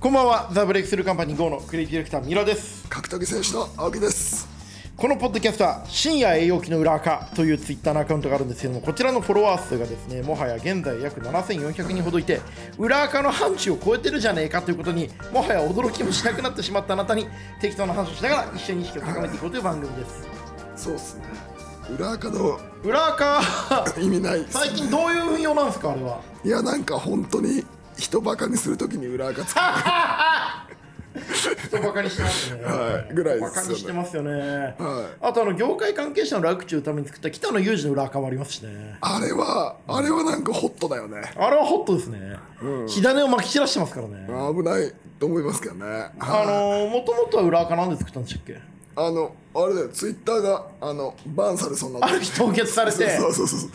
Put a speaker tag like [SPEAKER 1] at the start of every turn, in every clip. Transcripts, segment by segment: [SPEAKER 1] こんばんは、ザ・ブレイクスルーカンパニー GO のクリエイティブディレクター、ミラです。
[SPEAKER 2] 格闘技選手の青木です
[SPEAKER 1] このポッドキャストは、深夜栄養期の裏垢というツイッターのアカウントがあるんですけども、こちらのフォロワー数がですね、もはや現在約7400人ほどいて、裏垢の範疇を超えてるじゃねえかということに、もはや驚きもしなくなってしまったあなたに、適当な話をしながら一緒に意識を高めていこうという番組です。
[SPEAKER 2] そうっすね裏垢の
[SPEAKER 1] 裏垢、
[SPEAKER 2] 意味ないっす
[SPEAKER 1] 最近どういう運用なんですか、あれは。
[SPEAKER 2] いやなんか本当に人バカにするときに裏垢つく
[SPEAKER 1] 人バカにしてますね。
[SPEAKER 2] はいぐらい
[SPEAKER 1] バ
[SPEAKER 2] で
[SPEAKER 1] カ
[SPEAKER 2] す
[SPEAKER 1] にして
[SPEAKER 2] よね
[SPEAKER 1] ますよね。
[SPEAKER 2] はい
[SPEAKER 1] あとあの業界関係者の楽中のために作った北野裕二の裏垢もありますしね。
[SPEAKER 2] あれはあれはなんかホットだよね
[SPEAKER 1] あれはホットですね。火種をまき散らしてますからね。
[SPEAKER 2] 危ないと思いますけどね
[SPEAKER 1] あ
[SPEAKER 2] あ
[SPEAKER 1] のー、もともとは裏垢なんで作ったんでしたっけ
[SPEAKER 2] あのあれだよツイッターがあのバンされそうにな
[SPEAKER 1] あ
[SPEAKER 2] って
[SPEAKER 1] る日凍結され て、
[SPEAKER 2] そうそうそうそう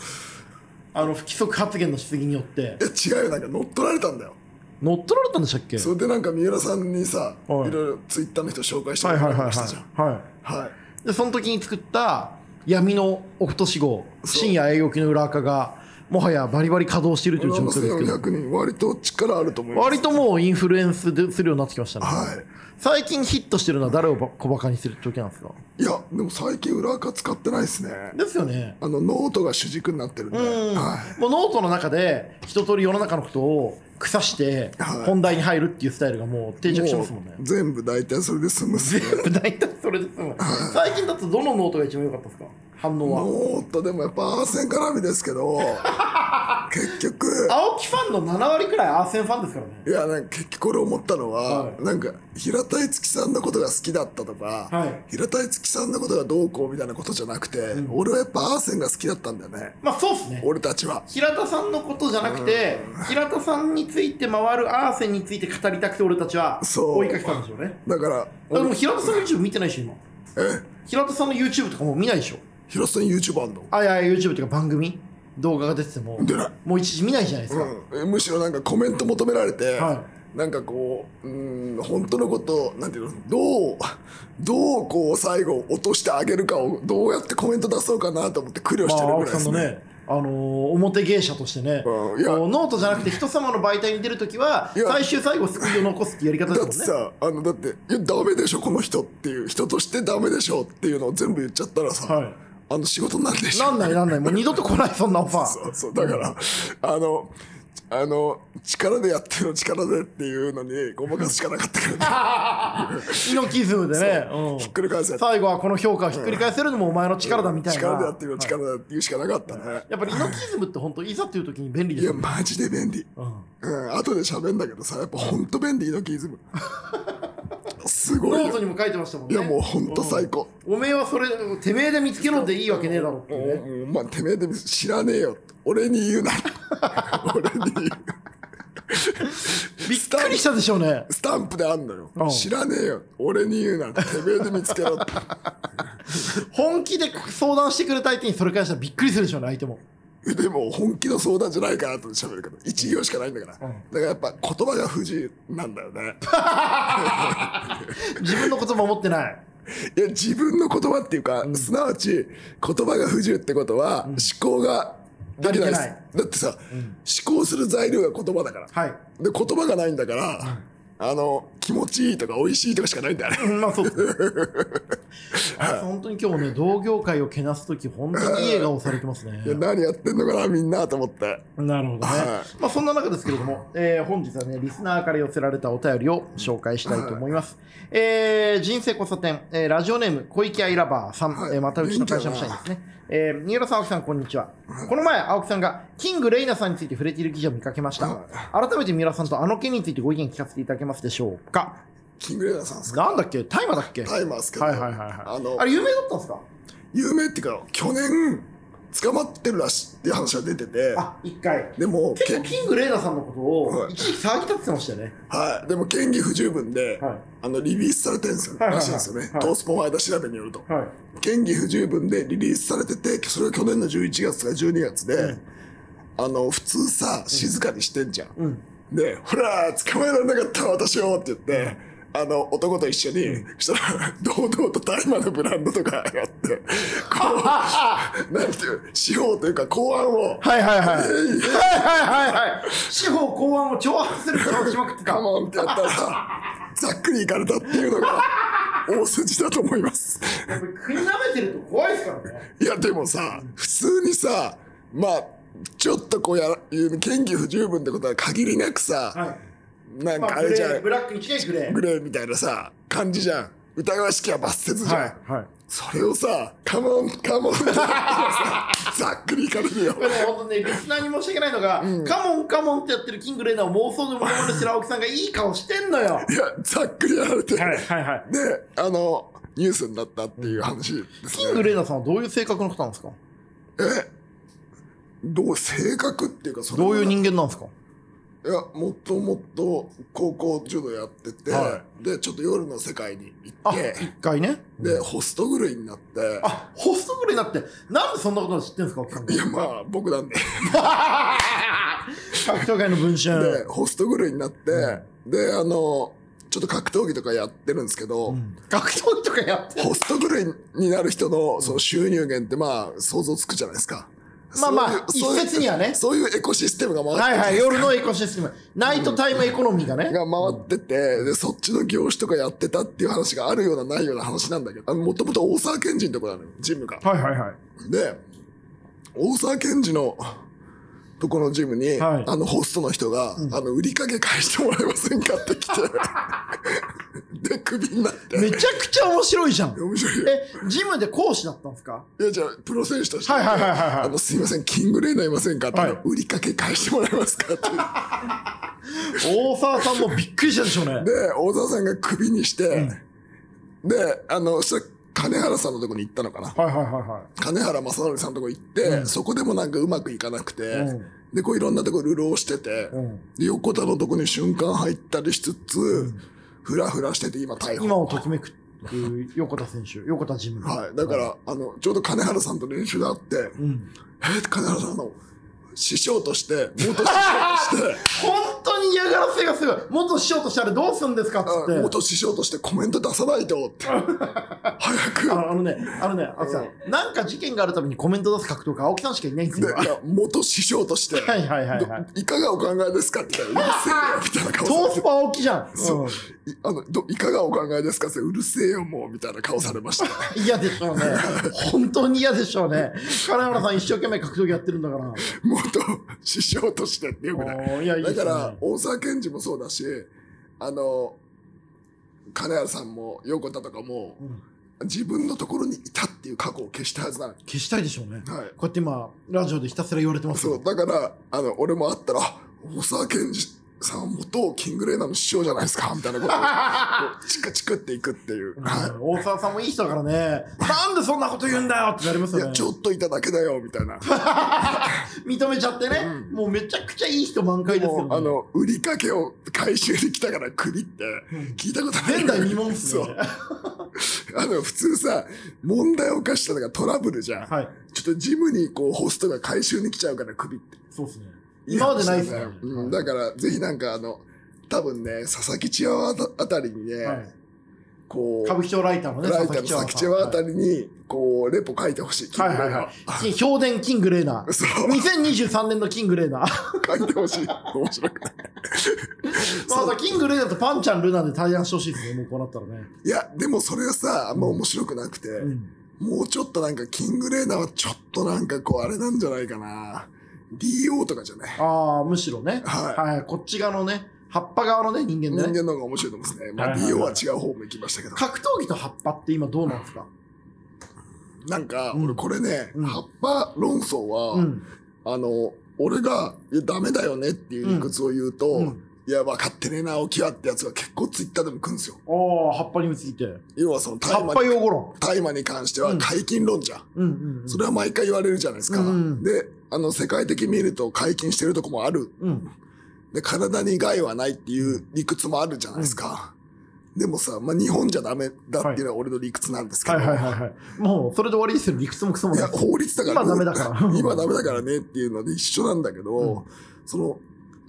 [SPEAKER 1] あの不規則発言のしすぎによって、
[SPEAKER 2] いや違うよなんか乗っ取られたんだよ
[SPEAKER 1] 乗っ取られたんでしたっけ
[SPEAKER 2] それでなんか三浦さんにさい
[SPEAKER 1] は
[SPEAKER 2] ろ
[SPEAKER 1] い
[SPEAKER 2] いろツイッターの人紹介して
[SPEAKER 1] はい
[SPEAKER 2] も
[SPEAKER 1] はい
[SPEAKER 2] らい
[SPEAKER 1] はい
[SPEAKER 2] ましたじゃん
[SPEAKER 1] はい。は
[SPEAKER 2] はい
[SPEAKER 1] い、で、その時に作った闇のオフト死号、深夜営業機の裏垢が、もはやバリバリ稼働しているという状況ですけど。
[SPEAKER 2] 7400人割と力あると思います
[SPEAKER 1] 割ともうインフルエンスでするようになってきましたね、
[SPEAKER 2] はい
[SPEAKER 1] 最近ヒットしてるのは誰をば小バカにする時なんですか
[SPEAKER 2] いやでも最近裏垢使ってないですね
[SPEAKER 1] ですよね
[SPEAKER 2] あのノートが主軸になってるんで、はい、
[SPEAKER 1] もうノートの中で一通り世の中のことを腐して
[SPEAKER 2] はい
[SPEAKER 1] 本題に入るっていうスタイルがもう定着してますもんね
[SPEAKER 2] もう全部大体それで済むっす ね
[SPEAKER 1] 全部大体それですもん最近だとどのノートが一番良かったですか反応は
[SPEAKER 2] ノートでもやっぱアーセン絡みですけ ど結局
[SPEAKER 1] 青木ファンの7割くらいアーセンファンですからね
[SPEAKER 2] いやなんか結局これ思ったのは、
[SPEAKER 1] はい
[SPEAKER 2] なんか平田樹さんのことが好きだったとか、
[SPEAKER 1] はい
[SPEAKER 2] 平田樹さんのことがどうこうみたいなことじゃなくて、俺はやっぱアーセンが好きだったんだよね
[SPEAKER 1] まあそうっすね
[SPEAKER 2] 俺たちは
[SPEAKER 1] 平田さんのことじゃなくて平田さんについて回るアーセンについて語りたくて俺たちは
[SPEAKER 2] そう
[SPEAKER 1] 追いかけたんでしょうね
[SPEAKER 2] だから
[SPEAKER 1] だからもう平田さんの YouTube 見てないでしょ今
[SPEAKER 2] え
[SPEAKER 1] 平田さんの YouTube とかもう見ないでしょ
[SPEAKER 2] 平田さん YouTube あんの
[SPEAKER 1] あいやいや YouTube というか番組動画が出てても
[SPEAKER 2] 出ない
[SPEAKER 1] もう一時見ないじゃないですか、
[SPEAKER 2] うん、むしろなんかコメント求められて、
[SPEAKER 1] は
[SPEAKER 2] なんかこううん本当のことをなんていうのどうどうこう最後落としてあげるかをどうやってコメント出そうかなと思って苦慮
[SPEAKER 1] ま
[SPEAKER 2] してる
[SPEAKER 1] あ、
[SPEAKER 2] ぐ
[SPEAKER 1] 青
[SPEAKER 2] ら
[SPEAKER 1] 木
[SPEAKER 2] いで
[SPEAKER 1] さ
[SPEAKER 2] す
[SPEAKER 1] んの
[SPEAKER 2] ね,、
[SPEAKER 1] ね、あのー表芸者としてね、
[SPEAKER 2] うんいや
[SPEAKER 1] こうノートじゃなくて人様の媒体に出るときはい
[SPEAKER 2] や
[SPEAKER 1] 最終最後救いを残すっていうやり方
[SPEAKER 2] だっ
[SPEAKER 1] で
[SPEAKER 2] て
[SPEAKER 1] すもんね
[SPEAKER 2] さあのだって「いやダメでしょこの人」っていう人としてダメでしょっていうのを全部言っちゃったらさ、
[SPEAKER 1] はい
[SPEAKER 2] あの仕事になんでしょ
[SPEAKER 1] なんないなんないもう二度と来ないそんなオファー
[SPEAKER 2] そうそうだからあのあの力でやってるの力でっていうのにごまかすしかなかったから、
[SPEAKER 1] 猪木イズムでね、うん
[SPEAKER 2] ひっくり返せ
[SPEAKER 1] 最後はこの評価をひっくり返せるのもお前の力だみたいな、
[SPEAKER 2] 力でやってるの力だって言うしかなかったね、
[SPEAKER 1] やっぱり猪木イズムって本当いざという時に便利で
[SPEAKER 2] い
[SPEAKER 1] す
[SPEAKER 2] や
[SPEAKER 1] よね、
[SPEAKER 2] マジで便利
[SPEAKER 1] うん
[SPEAKER 2] うん後で喋んだけどさやっぱほんと便利猪木イズムすごい
[SPEAKER 1] ノート
[SPEAKER 2] よ
[SPEAKER 1] にも書いてましたもん
[SPEAKER 2] い
[SPEAKER 1] ね
[SPEAKER 2] やもうほんと最高
[SPEAKER 1] おめえはそれてめえで見つけろでいいわけねえだろっていうね
[SPEAKER 2] うんまあてめえで知らねえよ俺に言 うな俺に言
[SPEAKER 1] び
[SPEAKER 2] う
[SPEAKER 1] っくりしたでしょうね
[SPEAKER 2] スタンプであんのよ
[SPEAKER 1] うん
[SPEAKER 2] 知らねえよ俺に言うなてめえで見つけろって
[SPEAKER 1] 本気で相談してくれた相手にそれ返したらびっくりするでしょうね相手も
[SPEAKER 2] でも本気の相談じゃないからと喋るから一行しかないんだから、だからやっぱ言葉が不自由なんだよね
[SPEAKER 1] 自分のこと守ってない
[SPEAKER 2] いや自分の言葉っていうか、すなわち言葉が不自由ってことは、思考ができないです
[SPEAKER 1] 足りてない
[SPEAKER 2] だってさ、思考する材料が言葉だから、
[SPEAKER 1] はい
[SPEAKER 2] で言葉がないんだから、あの気持ちいいとか美味しいとかしかないんだよね
[SPEAKER 1] うんまあそうっすねあ本当に今日ね同業界をけなす時本当にいい笑顔されてますね
[SPEAKER 2] いや何やってんのかなみんなと思って
[SPEAKER 1] なるほどね
[SPEAKER 2] は
[SPEAKER 1] まあそんな中ですけれども、えー本日はねリスナーから寄せられたお便りを紹介したいと思います、えー人生交差点、えーラジオネーム小池アイラバーさん、
[SPEAKER 2] はい
[SPEAKER 1] えーまたうちの会社の社員ですねえー、三浦さん、青木さん、こんにちは。この前、青木さんが、キング・レイナさんについて触れている記事を見かけました。改めて三浦さんとあの件についてご意見聞かせていただけますでしょうか。
[SPEAKER 2] キングレーダーさんですか
[SPEAKER 1] なんだっけタイマーだっけ
[SPEAKER 2] タイマーですけど、
[SPEAKER 1] はいはいはいはい。あ
[SPEAKER 2] あの
[SPEAKER 1] れ有名だったんですか
[SPEAKER 2] 有名っていうか去年捕まってるらしいっていう話が出てて
[SPEAKER 1] あ、一回。
[SPEAKER 2] でも
[SPEAKER 1] 結構
[SPEAKER 2] け
[SPEAKER 1] キング・レイナさんのことを
[SPEAKER 2] は、い
[SPEAKER 1] 一時期騒ぎ立ててましたよね。
[SPEAKER 2] はい、でも嫌疑不十分で、
[SPEAKER 1] はい
[SPEAKER 2] あのリリースされてるんですよ、
[SPEAKER 1] はいはいはい
[SPEAKER 2] らしいんですよね、
[SPEAKER 1] はい
[SPEAKER 2] トースポの間調べによると、
[SPEAKER 1] はい。
[SPEAKER 2] 嫌疑不十分でリリースされててそれが去年の11月か12月で、あの普通さ静かにしてんじゃん、
[SPEAKER 1] うん。
[SPEAKER 2] で「ほら捕まえられなかった私を」って言って、あの、男と一緒に、そしたら、 堂々と大麻のブランドとかやって、 こう、なんていう、司法というか公安を、
[SPEAKER 1] はいはいはい。はいはいはいはい。司法公安を挑発することをしまくってた
[SPEAKER 2] カ。モンってやったら、ざっくりいかれたっていうのが、大筋だと思います。
[SPEAKER 1] 国舐めてると怖いですからね。
[SPEAKER 2] いやでもさ普通にさまあちょっとこうやら研究不十分ってことは限りなくさ、なん
[SPEAKER 1] ま
[SPEAKER 2] か
[SPEAKER 1] あ、
[SPEAKER 2] あ
[SPEAKER 1] グ
[SPEAKER 2] れじ
[SPEAKER 1] レ
[SPEAKER 2] ゃん、
[SPEAKER 1] ー、ブラック1年グレー
[SPEAKER 2] グ。レーみたいなさ感じじゃん疑わしきは罰せずじゃん、
[SPEAKER 1] はい。
[SPEAKER 2] それをさカモンカモンってやったらさざっくりいかれるよ
[SPEAKER 1] これね、本当ね、リスナーに申し訳ないのが、カモンカモンってやってるキングレーナーを妄想で物まねしてる青木さんがいい顔してんのよ。はい
[SPEAKER 2] いやざっくりやられて、
[SPEAKER 1] はいはい。
[SPEAKER 2] であのニュースになったっていう話です
[SPEAKER 1] キングレーナーさんはどういう性格の方なんですか
[SPEAKER 2] どう性格っていうかそれ
[SPEAKER 1] ど
[SPEAKER 2] も
[SPEAKER 1] ういう人間なんですか
[SPEAKER 2] いや、もっともっと高校柔道やってて、
[SPEAKER 1] は
[SPEAKER 2] で、ちょっと夜の世界に行
[SPEAKER 1] あ、
[SPEAKER 2] って、
[SPEAKER 1] 一回ね。
[SPEAKER 2] で、ホスト狂いになって、
[SPEAKER 1] あ、ホストグレーナーって、なんでそんなこと知ってんですか青木さんが
[SPEAKER 2] い。や、まあ、僕なんで、
[SPEAKER 1] 格闘界の文春。
[SPEAKER 2] で、ホスト狂いになって、で、あの、ちょっと格闘技とかやってるんですけど、
[SPEAKER 1] 格闘技とかやってる
[SPEAKER 2] ホスト狂いになる人のその収入源って、まあ、想像つくじゃないですか。
[SPEAKER 1] まあまあ
[SPEAKER 2] そういう
[SPEAKER 1] 一説にはね
[SPEAKER 2] そういうエコシステムが回って
[SPEAKER 1] はいはい、
[SPEAKER 2] る
[SPEAKER 1] 夜のエコシステム。ナイトタイムエコノミーがね。
[SPEAKER 2] が回ってて、で、そっちの業種とかやってたっていう話があるようなないような話なんだけど、もともと大沢賢治のとこなのよ、ジムが。
[SPEAKER 1] はいはいはい。
[SPEAKER 2] で大沢賢治のとこのジムに、
[SPEAKER 1] はい
[SPEAKER 2] あのホストの人が、あの売りかけ返してもらえませんかって来 てでクビになって
[SPEAKER 1] めちゃくちゃ面白いじゃん。
[SPEAKER 2] 面白いよ
[SPEAKER 1] え、ジムで講師だったんですか
[SPEAKER 2] いやじゃあプロ選手として、
[SPEAKER 1] はいはいはいはいはい
[SPEAKER 2] あのすいませんキングレーナーいませんかって、あの
[SPEAKER 1] はい
[SPEAKER 2] 売りかけ返してもらえますかって
[SPEAKER 1] 大沢さんもびっくりしたでしょうね。
[SPEAKER 2] で大沢さんがクビにして、であのそしたら金原さんのとこに行ったのかな
[SPEAKER 1] はいはいはいは
[SPEAKER 2] 金原正則さんのとこ行って、
[SPEAKER 1] ん
[SPEAKER 2] そこでもなんかうまくいかなくて、
[SPEAKER 1] うん
[SPEAKER 2] でこういろんなとこ流浪してて、
[SPEAKER 1] ん
[SPEAKER 2] で横田のとこに瞬間入ったりしつつ、ふらふらしてて今逮
[SPEAKER 1] 今
[SPEAKER 2] 捕。
[SPEAKER 1] をときめく横田選手、横田ジム。
[SPEAKER 2] はい、だから、あのちょうど金原さんと練習があって、え金原さんの師匠として元師匠と して
[SPEAKER 1] 本当に嫌がらせがすごい。元師匠としたらどうすんですかっつ
[SPEAKER 2] あ
[SPEAKER 1] って。
[SPEAKER 2] 元師匠としてコメント出さないとって早く
[SPEAKER 1] あのあのね、あのね、青木さん、なんか事件があるたびにコメント出す格闘家、青木さんしかいないんです
[SPEAKER 2] で
[SPEAKER 1] よ。
[SPEAKER 2] いや元師匠として
[SPEAKER 1] はいはいはいはい
[SPEAKER 2] どいかがお考えですかって言 ったら「うるせえよ」みたいな顔
[SPEAKER 1] トー
[SPEAKER 2] されて
[SPEAKER 1] スパ青木じゃん。
[SPEAKER 2] そう
[SPEAKER 1] うん
[SPEAKER 2] いあのどいかがお考えですかってうるせえよもうみたいな顔され ました
[SPEAKER 1] 嫌でしょう ね。本当に嫌でしょうね。金原さん一生懸命格闘技やってるんだから。
[SPEAKER 2] 元師匠としてってよくない
[SPEAKER 1] おーいやいいで
[SPEAKER 2] だ
[SPEAKER 1] す
[SPEAKER 2] か
[SPEAKER 1] ね
[SPEAKER 2] ら大沢賢治もそうだしあの金谷さんも横田とかも、自分のところにいたっていう過去を消したはずなの
[SPEAKER 1] 消したいでしょうね。
[SPEAKER 2] はい
[SPEAKER 1] こうやって今、ラジオでひたすら言われてます
[SPEAKER 2] そうだからあの俺も会ったらあ大沢賢治さん元キングレーナーの師匠じゃないですかみたいなこと をこうチクチクっていくっていう、はい
[SPEAKER 1] 大沢さんもいい人だからね、なんでそんなこと言うんだよってなります
[SPEAKER 2] い
[SPEAKER 1] よ
[SPEAKER 2] や
[SPEAKER 1] ね。
[SPEAKER 2] ちょっといただけだよみたいな
[SPEAKER 1] 認めちゃってね、もうめちゃくちゃいい人満開ですけど、
[SPEAKER 2] もう
[SPEAKER 1] ね。
[SPEAKER 2] あの売りかけを回収できたからクビって聞いたことない、
[SPEAKER 1] 前代未聞っす
[SPEAKER 2] そ
[SPEAKER 1] ね
[SPEAKER 2] う。あの普通さ問題を犯したのがトラブルじゃん、
[SPEAKER 1] はい。
[SPEAKER 2] ちょっとジムにこうホストが回収に来ちゃうからクビって
[SPEAKER 1] そうですね。今までないっすね。
[SPEAKER 2] うん、だからぜひなんかあの多分ね佐々木千和あたあたりにね、
[SPEAKER 1] はい
[SPEAKER 2] こ
[SPEAKER 1] 歌
[SPEAKER 2] う
[SPEAKER 1] 舞伎町ライターのね、
[SPEAKER 2] ライターの佐々木千和あたりにこうレポ書いてほしい、
[SPEAKER 1] はいはいはいはい。評伝キングレーナー。
[SPEAKER 2] そう
[SPEAKER 1] 2023年のキングレーナー。
[SPEAKER 2] 書いてほしい面 白くない
[SPEAKER 1] まだキングレーナーとパンちゃんルナで対談してほしいですね、もうこうなったらね。
[SPEAKER 2] いやでもそれがさあんま面白くなくて、もうちょっとなんかキングレーナーはちょっとなんかこうあれなんじゃないかな DO とかじゃない
[SPEAKER 1] ああ、むしろね、
[SPEAKER 2] は
[SPEAKER 1] はい。こっち側のね、葉っぱ側のね、人間
[SPEAKER 2] 人
[SPEAKER 1] でね。
[SPEAKER 2] 間の方が面白いと思うんですね、まあ、
[SPEAKER 1] はいはい
[SPEAKER 2] DO
[SPEAKER 1] はい
[SPEAKER 2] は違う方も行きましたけど
[SPEAKER 1] 格闘技と葉っぱって今どうなんですか
[SPEAKER 2] なんか
[SPEAKER 1] うん
[SPEAKER 2] 俺これね、
[SPEAKER 1] うん
[SPEAKER 2] 葉っぱ論争は、
[SPEAKER 1] うん。
[SPEAKER 2] あの俺がいやダメだよねっていう理屈を言うと、
[SPEAKER 1] うん
[SPEAKER 2] いや分かってねえな青木はってやつが結構ツイッターでも来るんですよ
[SPEAKER 1] ああ、葉っぱについて。
[SPEAKER 2] 要はその大
[SPEAKER 1] 葉
[SPEAKER 2] 麻
[SPEAKER 1] っぱ
[SPEAKER 2] に
[SPEAKER 1] 用語論。
[SPEAKER 2] 大麻に関しては
[SPEAKER 1] うん
[SPEAKER 2] 解禁論じゃん、
[SPEAKER 1] うんうんうん。
[SPEAKER 2] それは毎回言われるじゃないですか、
[SPEAKER 1] うん
[SPEAKER 2] であの世界的に見ると解禁してるとこもある
[SPEAKER 1] うん。
[SPEAKER 2] で体に害はないっていう理屈もあるじゃないですか、でもさ、まあ、日本じゃダメだっていうのは俺の理屈なんですけ
[SPEAKER 1] は
[SPEAKER 2] ど、
[SPEAKER 1] いはいはいはい。もう、それで終わりですよ。理屈もクソも
[SPEAKER 2] い
[SPEAKER 1] な
[SPEAKER 2] や
[SPEAKER 1] い。
[SPEAKER 2] 法律だから
[SPEAKER 1] 今ダメだ から
[SPEAKER 2] 今ダメだからねっていうので一緒なんだけど、その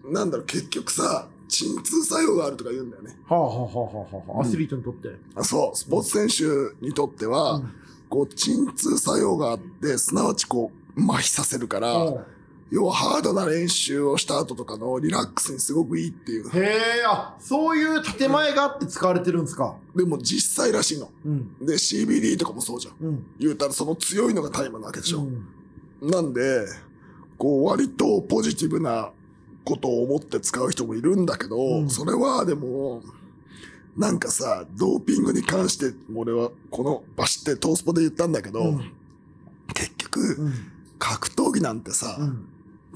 [SPEAKER 2] なんだろう結局さ鎮痛作用があるとか言うんだよね。
[SPEAKER 1] はあ、はあはあはあはあ、アスリートにとって。
[SPEAKER 2] あそう、スポーツ選手にとっては、
[SPEAKER 1] うん
[SPEAKER 2] こう、鎮痛作用があって、すなわちこう、麻痺させるから、
[SPEAKER 1] うん
[SPEAKER 2] 要はハードな練習をした後とかのリラックスにすごくいいっていう。
[SPEAKER 1] へえ、あ、そういう建前があって使われてるんですか。
[SPEAKER 2] でも実際らしいの。
[SPEAKER 1] うん。
[SPEAKER 2] で、CBD とかもそうじゃん。
[SPEAKER 1] うん。
[SPEAKER 2] 言うたらその強いのが大麻なわけでし
[SPEAKER 1] う
[SPEAKER 2] ょ。
[SPEAKER 1] ん
[SPEAKER 2] なんで、こう割とポジティブなことを思って使う人もいるんだけど、
[SPEAKER 1] うん
[SPEAKER 2] それはでも、なんかさ、ドーピングに関して、俺はこのバシってトースポで言ったんだけど、
[SPEAKER 1] うん
[SPEAKER 2] 結局、
[SPEAKER 1] うん。
[SPEAKER 2] 格闘技なんてさ、
[SPEAKER 1] うん。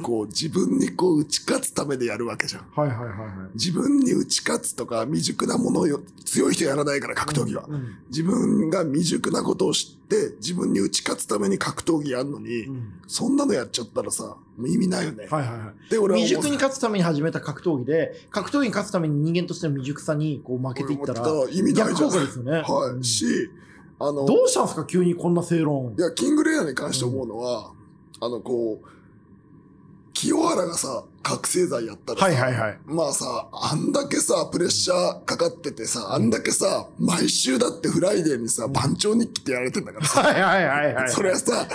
[SPEAKER 2] こう自分にこう打ち勝つためでやるわけじゃん。
[SPEAKER 1] はいはいはいはい。
[SPEAKER 2] 自分に打ち勝つとか未熟なものをよ強い人やらないから格闘技は。
[SPEAKER 1] うん。
[SPEAKER 2] 自分が未熟なことを知って自分に打ち勝つために格闘技やんのに、
[SPEAKER 1] うん
[SPEAKER 2] そんなのやっちゃったらさ、もう意味ないよね。
[SPEAKER 1] はいはいはい。
[SPEAKER 2] で、俺は
[SPEAKER 1] 未
[SPEAKER 2] 思う
[SPEAKER 1] 熟に勝つために始めた格闘技で、格闘技に勝つために人間としての未熟さにこう負けていったら、
[SPEAKER 2] 俺思ってた意味ない
[SPEAKER 1] 逆
[SPEAKER 2] じゃ
[SPEAKER 1] 効
[SPEAKER 2] ん。
[SPEAKER 1] 果ですよね。
[SPEAKER 2] はい、
[SPEAKER 1] うん
[SPEAKER 2] し、あの、
[SPEAKER 1] どうしたんですか、急にこんな正論
[SPEAKER 2] い。や、キングレイヤーに関して思うのは、あの、こう、清原がさ、覚醒剤やったらさ、
[SPEAKER 1] はいはい はい。
[SPEAKER 2] まあさ、あんだけさ、プレッシャーかかっててさ、あんだけさ、毎週だってフライデーにさ、番長日記ってやられてんだからさ、
[SPEAKER 1] はいはいはいはい。
[SPEAKER 2] それはさ、
[SPEAKER 1] はい。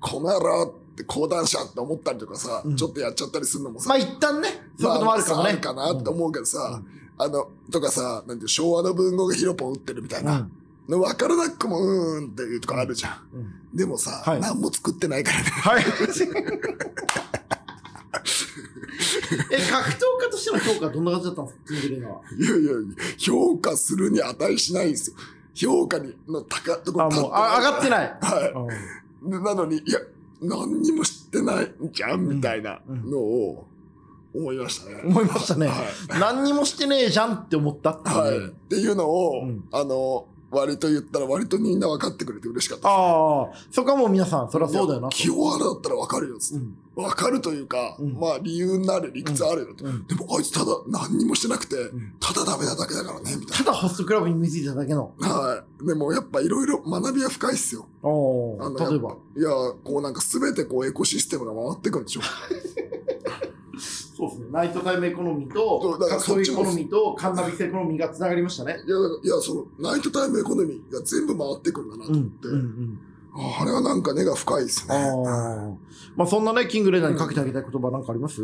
[SPEAKER 2] この野郎って講談社って思ったりとかさ、
[SPEAKER 1] うん
[SPEAKER 2] ちょっとやっちゃったりするのもさ
[SPEAKER 1] まあ、一旦ね、そういうこともあるかも
[SPEAKER 2] ま
[SPEAKER 1] ね。
[SPEAKER 2] あるかなって思うけどさ、あの、とかさ、なんていう、昭和の文豪がヒロポン打ってるみたいな。の分からなくもうーんっていうとこあるじゃん。
[SPEAKER 1] うん。うん
[SPEAKER 2] でもさ、
[SPEAKER 1] はい
[SPEAKER 2] 何も作ってないからね。
[SPEAKER 1] はい。え、格闘家としての評価はどんな感じだったんですか、キングレイナーは。
[SPEAKER 2] いやいや、評価するに値しないんですよ。評価にの高いとこ
[SPEAKER 1] あ、
[SPEAKER 2] ろ
[SPEAKER 1] もう、あ上がって
[SPEAKER 2] い。
[SPEAKER 1] ない。
[SPEAKER 2] はい。でなのに、いや、何にも知ってないんじゃん、みたいなのを思いましたね。
[SPEAKER 1] 思いましたね
[SPEAKER 2] はい
[SPEAKER 1] 何にもしてねえじゃんって思ったっていう。
[SPEAKER 2] はい。っていうのを、
[SPEAKER 1] うん
[SPEAKER 2] あの、割と言ったら割とみんな分かってくれて嬉しかった。
[SPEAKER 1] ああ、そこはもう皆さん、そりゃそうだよなと。
[SPEAKER 2] 清原だったら分かるよっつって、
[SPEAKER 1] うん
[SPEAKER 2] 分かるというか、
[SPEAKER 1] うん
[SPEAKER 2] まあ理由になる理屈あるよと、
[SPEAKER 1] うん
[SPEAKER 2] でもあいつただ何にもしてなくて、
[SPEAKER 1] ん
[SPEAKER 2] ただダメなだけだからね、みたい
[SPEAKER 1] ただホストクラブに見ついただけの。
[SPEAKER 2] な。はい。でもやっぱいろいろ学びは深いっすよ。
[SPEAKER 1] お
[SPEAKER 2] あの
[SPEAKER 1] 例えば。
[SPEAKER 2] いや、こうなんか全てこうエコシステムが回ってくるんでしょ。
[SPEAKER 1] そうですね。ナイトタイムエコノミー
[SPEAKER 2] そ
[SPEAKER 1] と、
[SPEAKER 2] うだか
[SPEAKER 1] 格闘技
[SPEAKER 2] らそっち
[SPEAKER 1] エ
[SPEAKER 2] も
[SPEAKER 1] コノミーと、カンナビスエコノミーが繋がりましたね。
[SPEAKER 2] いや、いや、そのナイトタイムエコノミーが全部回ってくるんだなと
[SPEAKER 1] う
[SPEAKER 2] 思っ
[SPEAKER 1] ん
[SPEAKER 2] て、
[SPEAKER 1] うんうん。
[SPEAKER 2] ああれはなんか根が深いです
[SPEAKER 1] あ
[SPEAKER 2] ね。
[SPEAKER 1] あ。まあそんなね、キングレイナーにかけてあげたい言葉なんかあります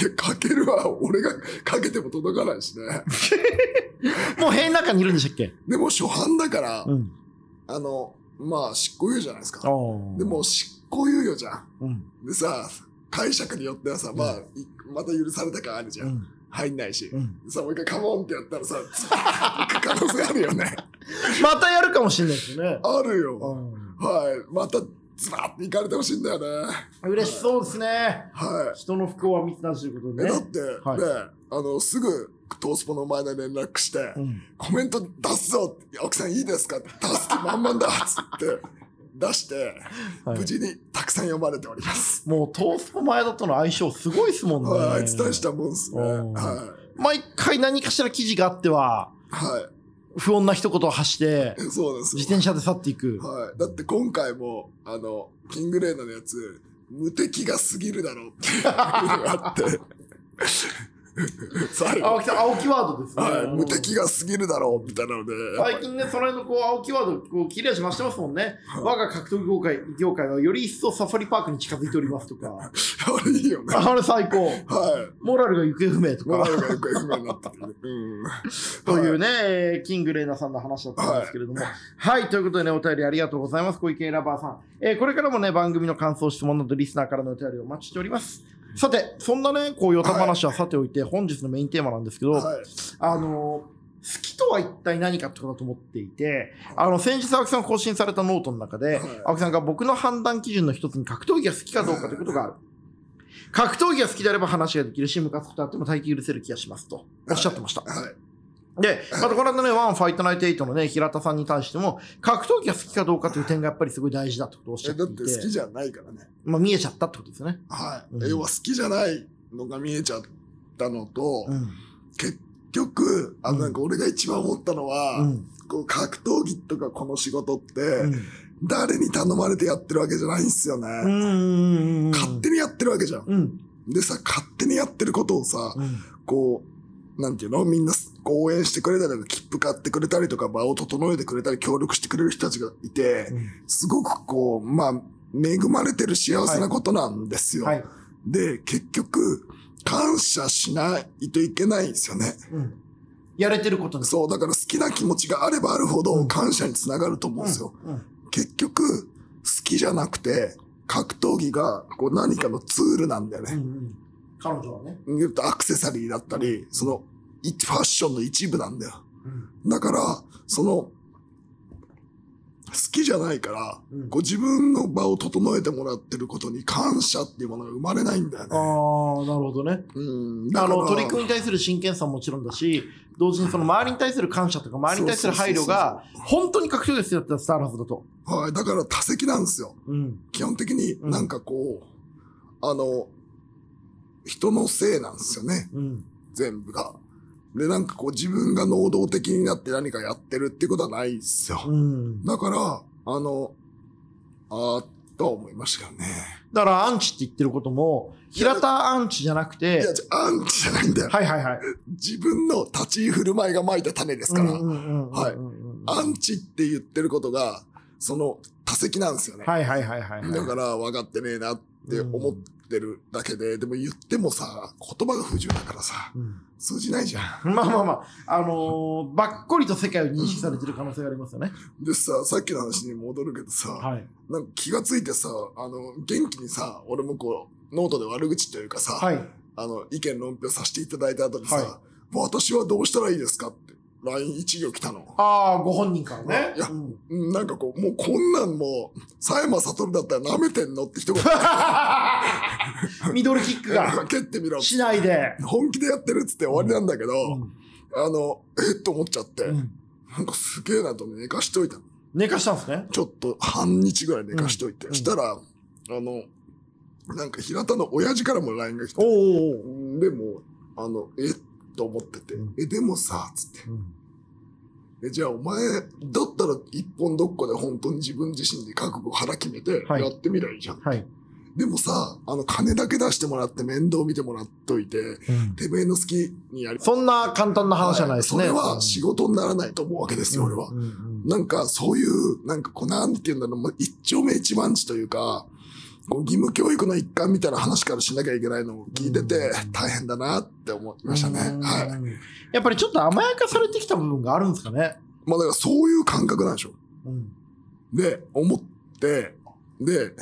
[SPEAKER 2] いや、かけるは俺がかけても届かないしね。
[SPEAKER 1] もう塀の中にいるんでしたっけ
[SPEAKER 2] でも初版だから、
[SPEAKER 1] うん。
[SPEAKER 2] あの、まあ執行猶予じゃないです
[SPEAKER 1] ああ
[SPEAKER 2] か。。でも、執行猶予じゃん。
[SPEAKER 1] うん。
[SPEAKER 2] でさ、解釈によってはさ、まあ、いまた許された感あるじゃ。
[SPEAKER 1] うんん。
[SPEAKER 2] 入んないし。
[SPEAKER 1] うん。
[SPEAKER 2] さ、もう一回カモンってやったらさ、つ可能性ある よね。
[SPEAKER 1] またやるかもしれないですね。
[SPEAKER 2] ある
[SPEAKER 1] う
[SPEAKER 2] よ。
[SPEAKER 1] ん
[SPEAKER 2] はい。また、ズバッていかれてほしいんだよね。
[SPEAKER 1] 嬉しそうですね。
[SPEAKER 2] は
[SPEAKER 1] 人の不幸は密なしということ
[SPEAKER 2] い。
[SPEAKER 1] で
[SPEAKER 2] え、だっ
[SPEAKER 1] ね。
[SPEAKER 2] て、
[SPEAKER 1] はい
[SPEAKER 2] ね、あの、すぐ、トースポの前で連絡して、
[SPEAKER 1] うん。
[SPEAKER 2] コメント出すぞって奥さんいいですかって出す気満々だっつって出して、
[SPEAKER 1] はい
[SPEAKER 2] 無事にたくさん読まれております。
[SPEAKER 1] もうトースポ前田との相性すごいですもんね。
[SPEAKER 2] はい、伝えしたもんですね。
[SPEAKER 1] うん
[SPEAKER 2] は
[SPEAKER 1] 毎回何かしら記事があっては、
[SPEAKER 2] い。は
[SPEAKER 1] 不穏な一言を発して
[SPEAKER 2] い。、 そうです。
[SPEAKER 1] 自転車で去っていく。
[SPEAKER 2] はい。だって今回も、あの、キングレーナーのやつ、無敵が過ぎるだろうっていうのがあって。 最後
[SPEAKER 1] 青木さん、青木ワードですね。
[SPEAKER 2] はい、
[SPEAKER 1] うん
[SPEAKER 2] 無敵が過ぎるだろうみたいなので、
[SPEAKER 1] 最近ね、その辺のこう青木ワード、こう切り味増してますもんね。
[SPEAKER 2] はい
[SPEAKER 1] 我が格闘技業界業界はより一層サファリパークに近づいておりますとか、
[SPEAKER 2] あれいいよね。
[SPEAKER 1] あれ最高。
[SPEAKER 2] は
[SPEAKER 1] モラルが行方不明と
[SPEAKER 2] い。モ
[SPEAKER 1] か
[SPEAKER 2] ラ。ルが行方不明になってて ね。うん。
[SPEAKER 1] というね、えーキングレイナさんの話だったんですけれども。はい、ということでね、お便りありがとうございます、小池ラバーさん。えーこれからもね、番組の感想、質問など、リスナーからのお便りをお待ちしております。さて、そんなね、こういうおた話はさておいて、本日のメインテーマなんですけど、
[SPEAKER 2] はい。
[SPEAKER 1] あのー好きとは一体何かってことだと思っていて、あの、先日青木さんが更新されたノートの中で
[SPEAKER 2] はい、
[SPEAKER 1] 青木さんが僕の判断基準の一つに格闘技が好きかどうかということがある。格闘技が好きであれば話ができるし、ムカつくことあっても耐久許せる気がしますとおっしゃってました。
[SPEAKER 2] はい。
[SPEAKER 1] で、またこれはね、ワンファイトナイトエイトのね、平田さんに対しても、格闘技が好きかどうかという点がやっぱりすごい大事だってことをおっしゃっ
[SPEAKER 2] え
[SPEAKER 1] て
[SPEAKER 2] だ
[SPEAKER 1] い、
[SPEAKER 2] ってて好きじゃないからね。
[SPEAKER 1] まあ見えちゃったってことですよね。
[SPEAKER 2] はい。
[SPEAKER 1] うん
[SPEAKER 2] 要は好きじゃないのが見えちゃったのと、
[SPEAKER 1] うん。
[SPEAKER 2] 結局、あ
[SPEAKER 1] うん
[SPEAKER 2] なんか俺が一番思ったのは、
[SPEAKER 1] うん。
[SPEAKER 2] こう格闘技とかこの仕事って、
[SPEAKER 1] うん。
[SPEAKER 2] 誰に頼まれてやってるわけじゃないんですよね。
[SPEAKER 1] うん。うん。
[SPEAKER 2] 勝手にやってるわけじゃん。
[SPEAKER 1] うん。
[SPEAKER 2] でさ、勝手にやってることをさ、
[SPEAKER 1] うん。
[SPEAKER 2] こう、なんていうのみんな、こう応援してくれたりとか、切符買ってくれたりとか、場を整えてくれたり、協力してくれる人たちがいて、すごくこう、まあ、恵まれてる幸せなことなんですよ。
[SPEAKER 1] はい。
[SPEAKER 2] で、結局、感謝しないといけないんですよね。
[SPEAKER 1] うん。やれてることです。
[SPEAKER 2] そう、だから好きな気持ちがあればあるほ
[SPEAKER 1] う
[SPEAKER 2] ど
[SPEAKER 1] ん
[SPEAKER 2] 感謝につながると思うんですよ。
[SPEAKER 1] うん。
[SPEAKER 2] 結局、好きじゃなくて、格闘技がこう何かのツールなんだよ
[SPEAKER 1] うん
[SPEAKER 2] ね。
[SPEAKER 1] うん。彼女はね。
[SPEAKER 2] 言うとアクセサリーだったり、その、いファッションの一部なんだよ。
[SPEAKER 1] うん。
[SPEAKER 2] だから、その、好きじゃないから、
[SPEAKER 1] うん
[SPEAKER 2] こう自分の場を整えてもらってることに感謝っていうものが生まれないんだよ
[SPEAKER 1] ああ
[SPEAKER 2] ね。、
[SPEAKER 1] なるほどね。
[SPEAKER 2] うん。
[SPEAKER 1] あ
[SPEAKER 2] から
[SPEAKER 1] の取り組みに対する真剣さももちろんだし、同時にその周りに対する感謝とか、周りに対する配慮が、本当に格闘技ですよってスターラズだと。
[SPEAKER 2] はい、だから多席なんですよ。
[SPEAKER 1] うん。
[SPEAKER 2] 基本的に
[SPEAKER 1] うん
[SPEAKER 2] なんかこう、あの、人のせいなんですよね、
[SPEAKER 1] うん。
[SPEAKER 2] 全部が。で、なんかこう自分が能動的になって何かやってるってことはないんですよ。
[SPEAKER 1] うん。
[SPEAKER 2] だから、あの、あーとは思いましたよね。
[SPEAKER 1] だから、アンチって言ってることも、平田アンチじゃなく
[SPEAKER 2] い
[SPEAKER 1] て
[SPEAKER 2] や、、じゃアンチじゃないんだよ。
[SPEAKER 1] はいはいはい。
[SPEAKER 2] 自分の立ち居振る舞いがまいた種ですから、
[SPEAKER 1] は
[SPEAKER 2] はいアンチって言ってることが、その多席なんですよね。
[SPEAKER 1] はいはいはいはいはい。
[SPEAKER 2] だから分かってねえなって思ってるだけで、でも言ってもさ、言葉が不自由だからさ、
[SPEAKER 1] うん
[SPEAKER 2] 通じないじゃん。
[SPEAKER 1] まあまあまあ、あのーばっこりと世界を認識されてる可能性がありますよね。
[SPEAKER 2] でさ、さっきの話に戻るけどさ、
[SPEAKER 1] はい。
[SPEAKER 2] なんか気がついてさ、あの、元気にさ、俺もこう、ノートで悪口というかさ、
[SPEAKER 1] はい。
[SPEAKER 2] あの、意見論評させていただいた後にさ、
[SPEAKER 1] は
[SPEAKER 2] 私はどうしたらいいですかって、LINE1 行来たの。
[SPEAKER 1] ああ、ご本人からね。
[SPEAKER 2] いや
[SPEAKER 1] うん
[SPEAKER 2] うんなんかこう、もうこんなんもう、佐山悟だったら舐めてんのって 一言
[SPEAKER 1] ミドルキックが
[SPEAKER 2] 蹴ってみろ。
[SPEAKER 1] しないで。
[SPEAKER 2] 本気でやってるっつって終わりなんだけど、
[SPEAKER 1] うん
[SPEAKER 2] あの、えっと思っちゃって、
[SPEAKER 1] うん
[SPEAKER 2] なんかすげえなと思って寝かしといたの。
[SPEAKER 1] 寝かしたんですね。
[SPEAKER 2] ちょっと半日ぐらい寝かしといて。
[SPEAKER 1] うん
[SPEAKER 2] したら、あの、なんか平田の親父からも LINE が来
[SPEAKER 1] お
[SPEAKER 2] て、
[SPEAKER 1] お。
[SPEAKER 2] でも、あの、えっと思ってて、
[SPEAKER 1] うん
[SPEAKER 2] え、でもさ、つって。
[SPEAKER 1] うん
[SPEAKER 2] えじゃあお前だったら一本どっかで本当に自分自身で覚悟腹決めて
[SPEAKER 1] はい
[SPEAKER 2] やってみりゃいいじゃん、
[SPEAKER 1] はい。
[SPEAKER 2] でもさあの金だけ出してもらって面倒見てもらっといててめえの好きにやり
[SPEAKER 1] そんな簡単な話じゃないですね。
[SPEAKER 2] それは仕事にならないと思うわけですよ、俺は
[SPEAKER 1] うんうん
[SPEAKER 2] なんかそういうなんかこうなんて言うんだろうもう一丁目一番地というかこう義務教育の一環みたいな話からしなきゃいけないのを聞いてて
[SPEAKER 1] うん
[SPEAKER 2] 大変だなって思いましたね、
[SPEAKER 1] うん
[SPEAKER 2] はい
[SPEAKER 1] やっぱりちょっと甘やかされてきた部分があるんですかね。
[SPEAKER 2] まあだからそういう感覚なんでしょう
[SPEAKER 1] うん。
[SPEAKER 2] で、思って、で、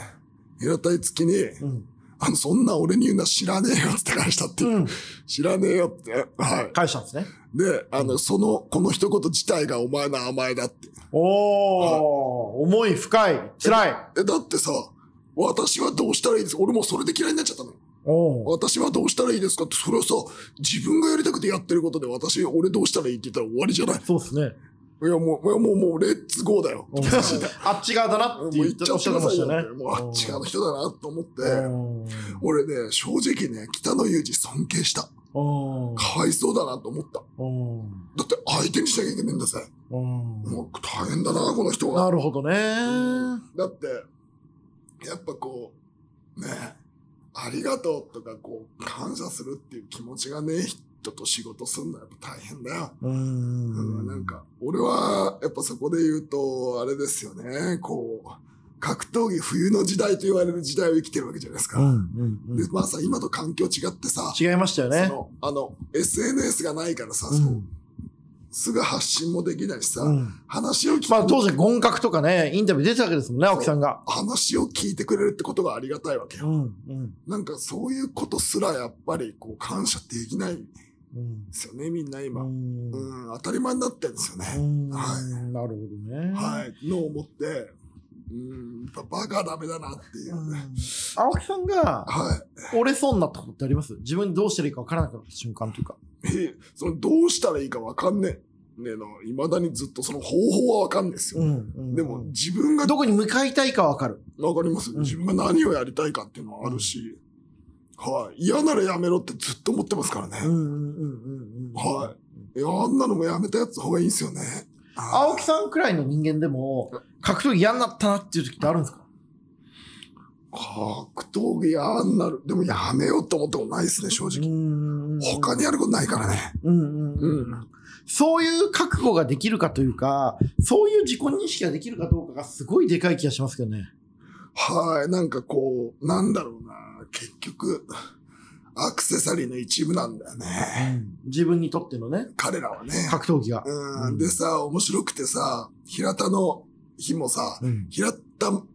[SPEAKER 2] 平たい月に、
[SPEAKER 1] うん。
[SPEAKER 2] あの、そんな俺に言うのは知らねえよって返したって、
[SPEAKER 1] うん。
[SPEAKER 2] 知らねえよって、は
[SPEAKER 1] 返したんですね。
[SPEAKER 2] い。で、あの、その、この一言自体がお前の甘えだって。
[SPEAKER 1] おお、重い、深い、辛い。
[SPEAKER 2] え、だってさ、私はどうしたらいいですか俺もうそれで嫌いになっちゃったの。
[SPEAKER 1] おお。
[SPEAKER 2] 私はどうしたらいいですかって、それはさ、自分がやりたくてやってることで、私、俺どうしたらいいって言ったら終わりじゃない。
[SPEAKER 1] そうですね。
[SPEAKER 2] いや、もう、いやもう、もう、レッツゴーだよ。
[SPEAKER 1] うん あっち側だなっ
[SPEAKER 2] もう
[SPEAKER 1] て言
[SPEAKER 2] 言
[SPEAKER 1] っ
[SPEAKER 2] っち
[SPEAKER 1] て
[SPEAKER 2] ゃ
[SPEAKER 1] おっ
[SPEAKER 2] って
[SPEAKER 1] しゃって
[SPEAKER 2] くだ
[SPEAKER 1] ま
[SPEAKER 2] さ
[SPEAKER 1] し
[SPEAKER 2] い
[SPEAKER 1] た
[SPEAKER 2] よって
[SPEAKER 1] ね。
[SPEAKER 2] もうあっち側の人だなと思って。
[SPEAKER 1] うん
[SPEAKER 2] 俺ね、正直ね、北の裕二尊敬した。
[SPEAKER 1] うん
[SPEAKER 2] かわいそうだなと思った。だ
[SPEAKER 1] うん
[SPEAKER 2] って相手にしなきゃいけないんだぜ。
[SPEAKER 1] うん
[SPEAKER 2] もう大変だな、この人
[SPEAKER 1] な
[SPEAKER 2] は。
[SPEAKER 1] るほどね。
[SPEAKER 2] だって、やっぱこう、ね、ありがとうとかこう、感謝するっていう気持ちがねえ人と仕事するのはやっぱ大変だよ。
[SPEAKER 1] う
[SPEAKER 2] うんん、なんか、俺は、やっぱそこで言うと、あれですよね、こう、格闘技冬の時代と言われる時代を生きてるわけじゃないです
[SPEAKER 1] う
[SPEAKER 2] か。
[SPEAKER 1] んうんう
[SPEAKER 2] で
[SPEAKER 1] ん、
[SPEAKER 2] まあさ、今と環境違ってさ、
[SPEAKER 1] 違いましたよね
[SPEAKER 2] そ。のあの SNS がないからさ、
[SPEAKER 1] う
[SPEAKER 2] そうんすぐ発信もできないしさ、
[SPEAKER 1] うん
[SPEAKER 2] 話を聞く、
[SPEAKER 1] まあ当時、合格とかね、インタビュー出てたわけですもんね、青木さんが。
[SPEAKER 2] 話を聞いてくれるってことがありがたいわけ
[SPEAKER 1] う
[SPEAKER 2] よ。
[SPEAKER 1] んうん
[SPEAKER 2] なんかそういうことすらやっぱりこう感謝できないんで
[SPEAKER 1] うん
[SPEAKER 2] すよね、みんな
[SPEAKER 1] う
[SPEAKER 2] 今。うん、
[SPEAKER 1] ん
[SPEAKER 2] 当たり前になってるんですよ
[SPEAKER 1] う
[SPEAKER 2] ね。
[SPEAKER 1] ん
[SPEAKER 2] は
[SPEAKER 1] なるほどね。
[SPEAKER 2] はい。のを思って、うん、やっぱバカはダメだなっていう。
[SPEAKER 1] うん
[SPEAKER 2] はい。
[SPEAKER 1] 青木さんが折れそうになったことってあります自分にどうしたらいいか分からなくなった瞬間というか。
[SPEAKER 2] えそのどうしたらいいかわかんねえ。ねえの、未だにずっとその方法はわかんないですよ。
[SPEAKER 1] ん
[SPEAKER 2] でも自分が
[SPEAKER 1] どこに向かいたいか分かる。
[SPEAKER 2] わかります、
[SPEAKER 1] うん
[SPEAKER 2] 自分が何をやりたいかっていうのはあるし、はい。嫌ならやめろってずっと思ってますからね。
[SPEAKER 1] うんうんうんうんうん
[SPEAKER 2] はえあんなのもやめたやつの方がいいんですよね。
[SPEAKER 1] 青木さんくらいの人間でも格闘技嫌になったなっていう時ってあるんですか
[SPEAKER 2] 格闘技やんなる。でもやめようって思ったことないですね、正
[SPEAKER 1] う
[SPEAKER 2] 直。
[SPEAKER 1] ん
[SPEAKER 2] 他にやることないからね。
[SPEAKER 1] うんうん
[SPEAKER 2] うん。
[SPEAKER 1] そういう覚悟ができるかというか、そういう自己認識ができるかどうかがすごいでかい気がしますけどね。
[SPEAKER 2] はい。なんかこう、なんだろうな。結局、アクセサリーの一部なんだよね。
[SPEAKER 1] 自分にとってのね、
[SPEAKER 2] 彼らはね。
[SPEAKER 1] 格闘技が。
[SPEAKER 2] うん。でさ、面白くてさ、平田の日もさ、
[SPEAKER 1] うん。
[SPEAKER 2] 平田も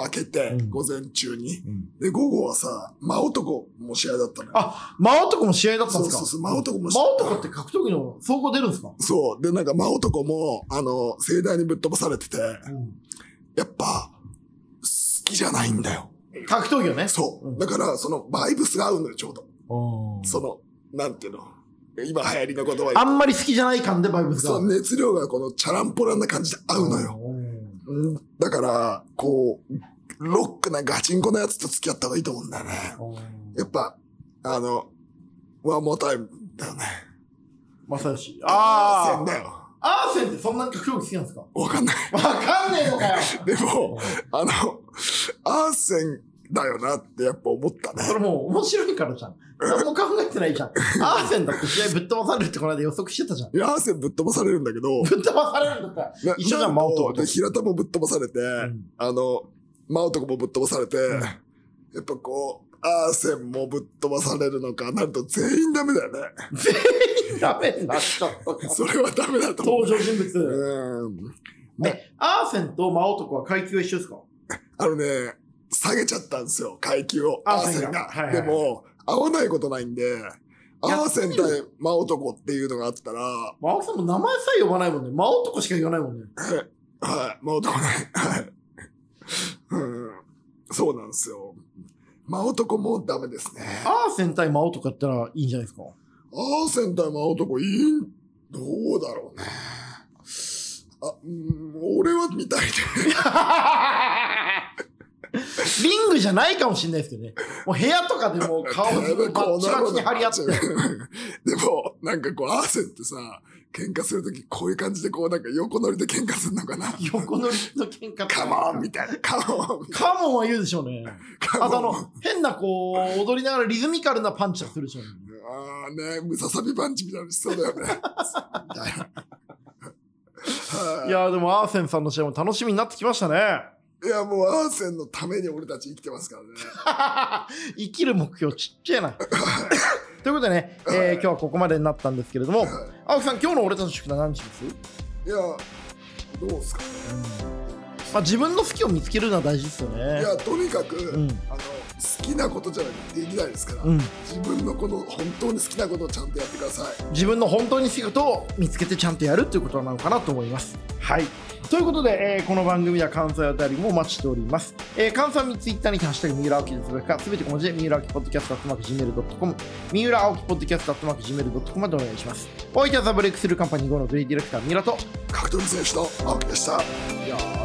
[SPEAKER 2] 負けて、
[SPEAKER 1] うん
[SPEAKER 2] 午前中に。で、午後はさ、真男も試合だったのよ。
[SPEAKER 1] あ真男も試合だったん
[SPEAKER 2] そ
[SPEAKER 1] で
[SPEAKER 2] う
[SPEAKER 1] すか
[SPEAKER 2] そうそう、真男も試合
[SPEAKER 1] 真男って格闘技の総合出るんですか
[SPEAKER 2] そう。で、なんか真男も、あの、盛大にぶっ飛ばされてて、やっぱ、好きじゃないんだよ。
[SPEAKER 1] 格闘技をね。
[SPEAKER 2] そうう。
[SPEAKER 1] ん
[SPEAKER 2] だから、その、バイブスが合うのよ、ちょうど。
[SPEAKER 1] そ
[SPEAKER 2] その、なんていうの。今流行りの言葉
[SPEAKER 1] あんまり好きじゃない感でバイブスが。
[SPEAKER 2] そう、熱量がこの、チャランポランな感じで合うのよ。
[SPEAKER 1] うん。
[SPEAKER 2] うんだから、こう、ロックなガチンコなやつと付き合った方がいいと思うんだよね。やっぱ、あの、ワンモータイムだよね。
[SPEAKER 1] まさよし。
[SPEAKER 2] せん
[SPEAKER 1] あ
[SPEAKER 2] だよ。
[SPEAKER 1] あ。アーセンってそんなに格闘技好きなんですか
[SPEAKER 2] わかんない。
[SPEAKER 1] わかんねえのかよ。
[SPEAKER 2] でも、あの、アーセンだよなってやっぱ思ったね。
[SPEAKER 1] それもう面白いからじゃん。何も考えてないじゃん。アーセンだって試合ぶっ飛ばされるってこの間予測してたじゃん。
[SPEAKER 2] いや、アーセンぶっ飛ばされるんだけ
[SPEAKER 1] ぶ
[SPEAKER 2] ど、
[SPEAKER 1] っ飛ばされるんだったら。
[SPEAKER 2] な
[SPEAKER 1] 一緒じゃん
[SPEAKER 2] なん
[SPEAKER 1] 真男と
[SPEAKER 2] で、平田もぶっ飛ばされて、
[SPEAKER 1] ん
[SPEAKER 2] あの、真男もぶっ飛ばされて、
[SPEAKER 1] ん
[SPEAKER 2] やっぱこう、アーセンもぶっ飛ばされるのかなると全員ダメだよね。
[SPEAKER 1] ダメになっちゃった。
[SPEAKER 2] それはダメだと思う。
[SPEAKER 1] 登場人物。
[SPEAKER 2] うん。
[SPEAKER 1] え、アーセンと魔男は階級は一緒ですか
[SPEAKER 2] あのね、下げちゃったんですよ、階級を。
[SPEAKER 1] アー
[SPEAKER 2] アー
[SPEAKER 1] セ
[SPEAKER 2] セ
[SPEAKER 1] ン
[SPEAKER 2] ン
[SPEAKER 1] が
[SPEAKER 2] が。
[SPEAKER 1] はいはい
[SPEAKER 2] でも、合わないことないんで、ア
[SPEAKER 1] や
[SPEAKER 2] ーセン対真男っていうのがあったら、は
[SPEAKER 1] 魔王さんも名前さえ呼ばないもんね。魔男しか言わないもんね。
[SPEAKER 2] い、真男ね。はい。うん。そうなんですよ。真男もダメですね。
[SPEAKER 1] アーセン対魔男やったらいいんじゃないですか
[SPEAKER 2] アーセン対真男、いいん、どうだろうね。あ、うん、俺は見たいね。
[SPEAKER 1] リングじゃないかもしれないですけどね。もう部屋とかでもう顔をバ
[SPEAKER 2] だいぶこ
[SPEAKER 1] ッ
[SPEAKER 2] う
[SPEAKER 1] チ
[SPEAKER 2] な
[SPEAKER 1] バ
[SPEAKER 2] る
[SPEAKER 1] チ
[SPEAKER 2] の
[SPEAKER 1] に張り合って。
[SPEAKER 2] でも、なんかこう、アーセンってさ、喧嘩するときこういう感じでこう、なんか横乗りで喧嘩するのかな。
[SPEAKER 1] 横乗りの喧嘩
[SPEAKER 2] カモンみたいな。カモン
[SPEAKER 1] カモンは言うでしょうね。
[SPEAKER 2] カ
[SPEAKER 1] あとあ
[SPEAKER 2] モ
[SPEAKER 1] の
[SPEAKER 2] ン、
[SPEAKER 1] 変なこう、踊りながらリズミカルなパンチはするでしょうね。
[SPEAKER 2] ああね、ムササビパンチみたいなのしそうだよね。はい
[SPEAKER 1] いやーでもアーセンさんの試合も楽しみになってきましたね。
[SPEAKER 2] いや、もうアーセンのために俺たち生きてますからね。
[SPEAKER 1] 生きる目標ちっ ちゃいな。ということでね、えー今日はここまでになったんですけれども、
[SPEAKER 2] は
[SPEAKER 1] 青木さん、今日の俺たちの宿題何日です
[SPEAKER 2] いいや、どうですかね。
[SPEAKER 1] まあ、自分の好きを見つけるのは大事ですよね。
[SPEAKER 2] いや、とにかく、
[SPEAKER 1] ん
[SPEAKER 2] あの、好きなことじゃないとできないですから、
[SPEAKER 1] うん、
[SPEAKER 2] 自分のこの本当に好きなことをちゃんとやってください。
[SPEAKER 1] 自分の本当に好きなことを見つけてちゃんとやるっていうことなのかなと思います。はいということで、えーこの番組では感想やお便りもお待ちしております。えー、感想はツイッターにてハッシュタグ三浦青木ですべか、すべて小文字で三浦青木ポッドキャストアットマーク Gmail.com、三浦青木ポッドキャストアットマーク Gmail.com までお願いします。お相手はザブレイクスルーカンパニー5のグリーディレクター三浦と、
[SPEAKER 2] 格闘技選手の青木でした。
[SPEAKER 1] よーし。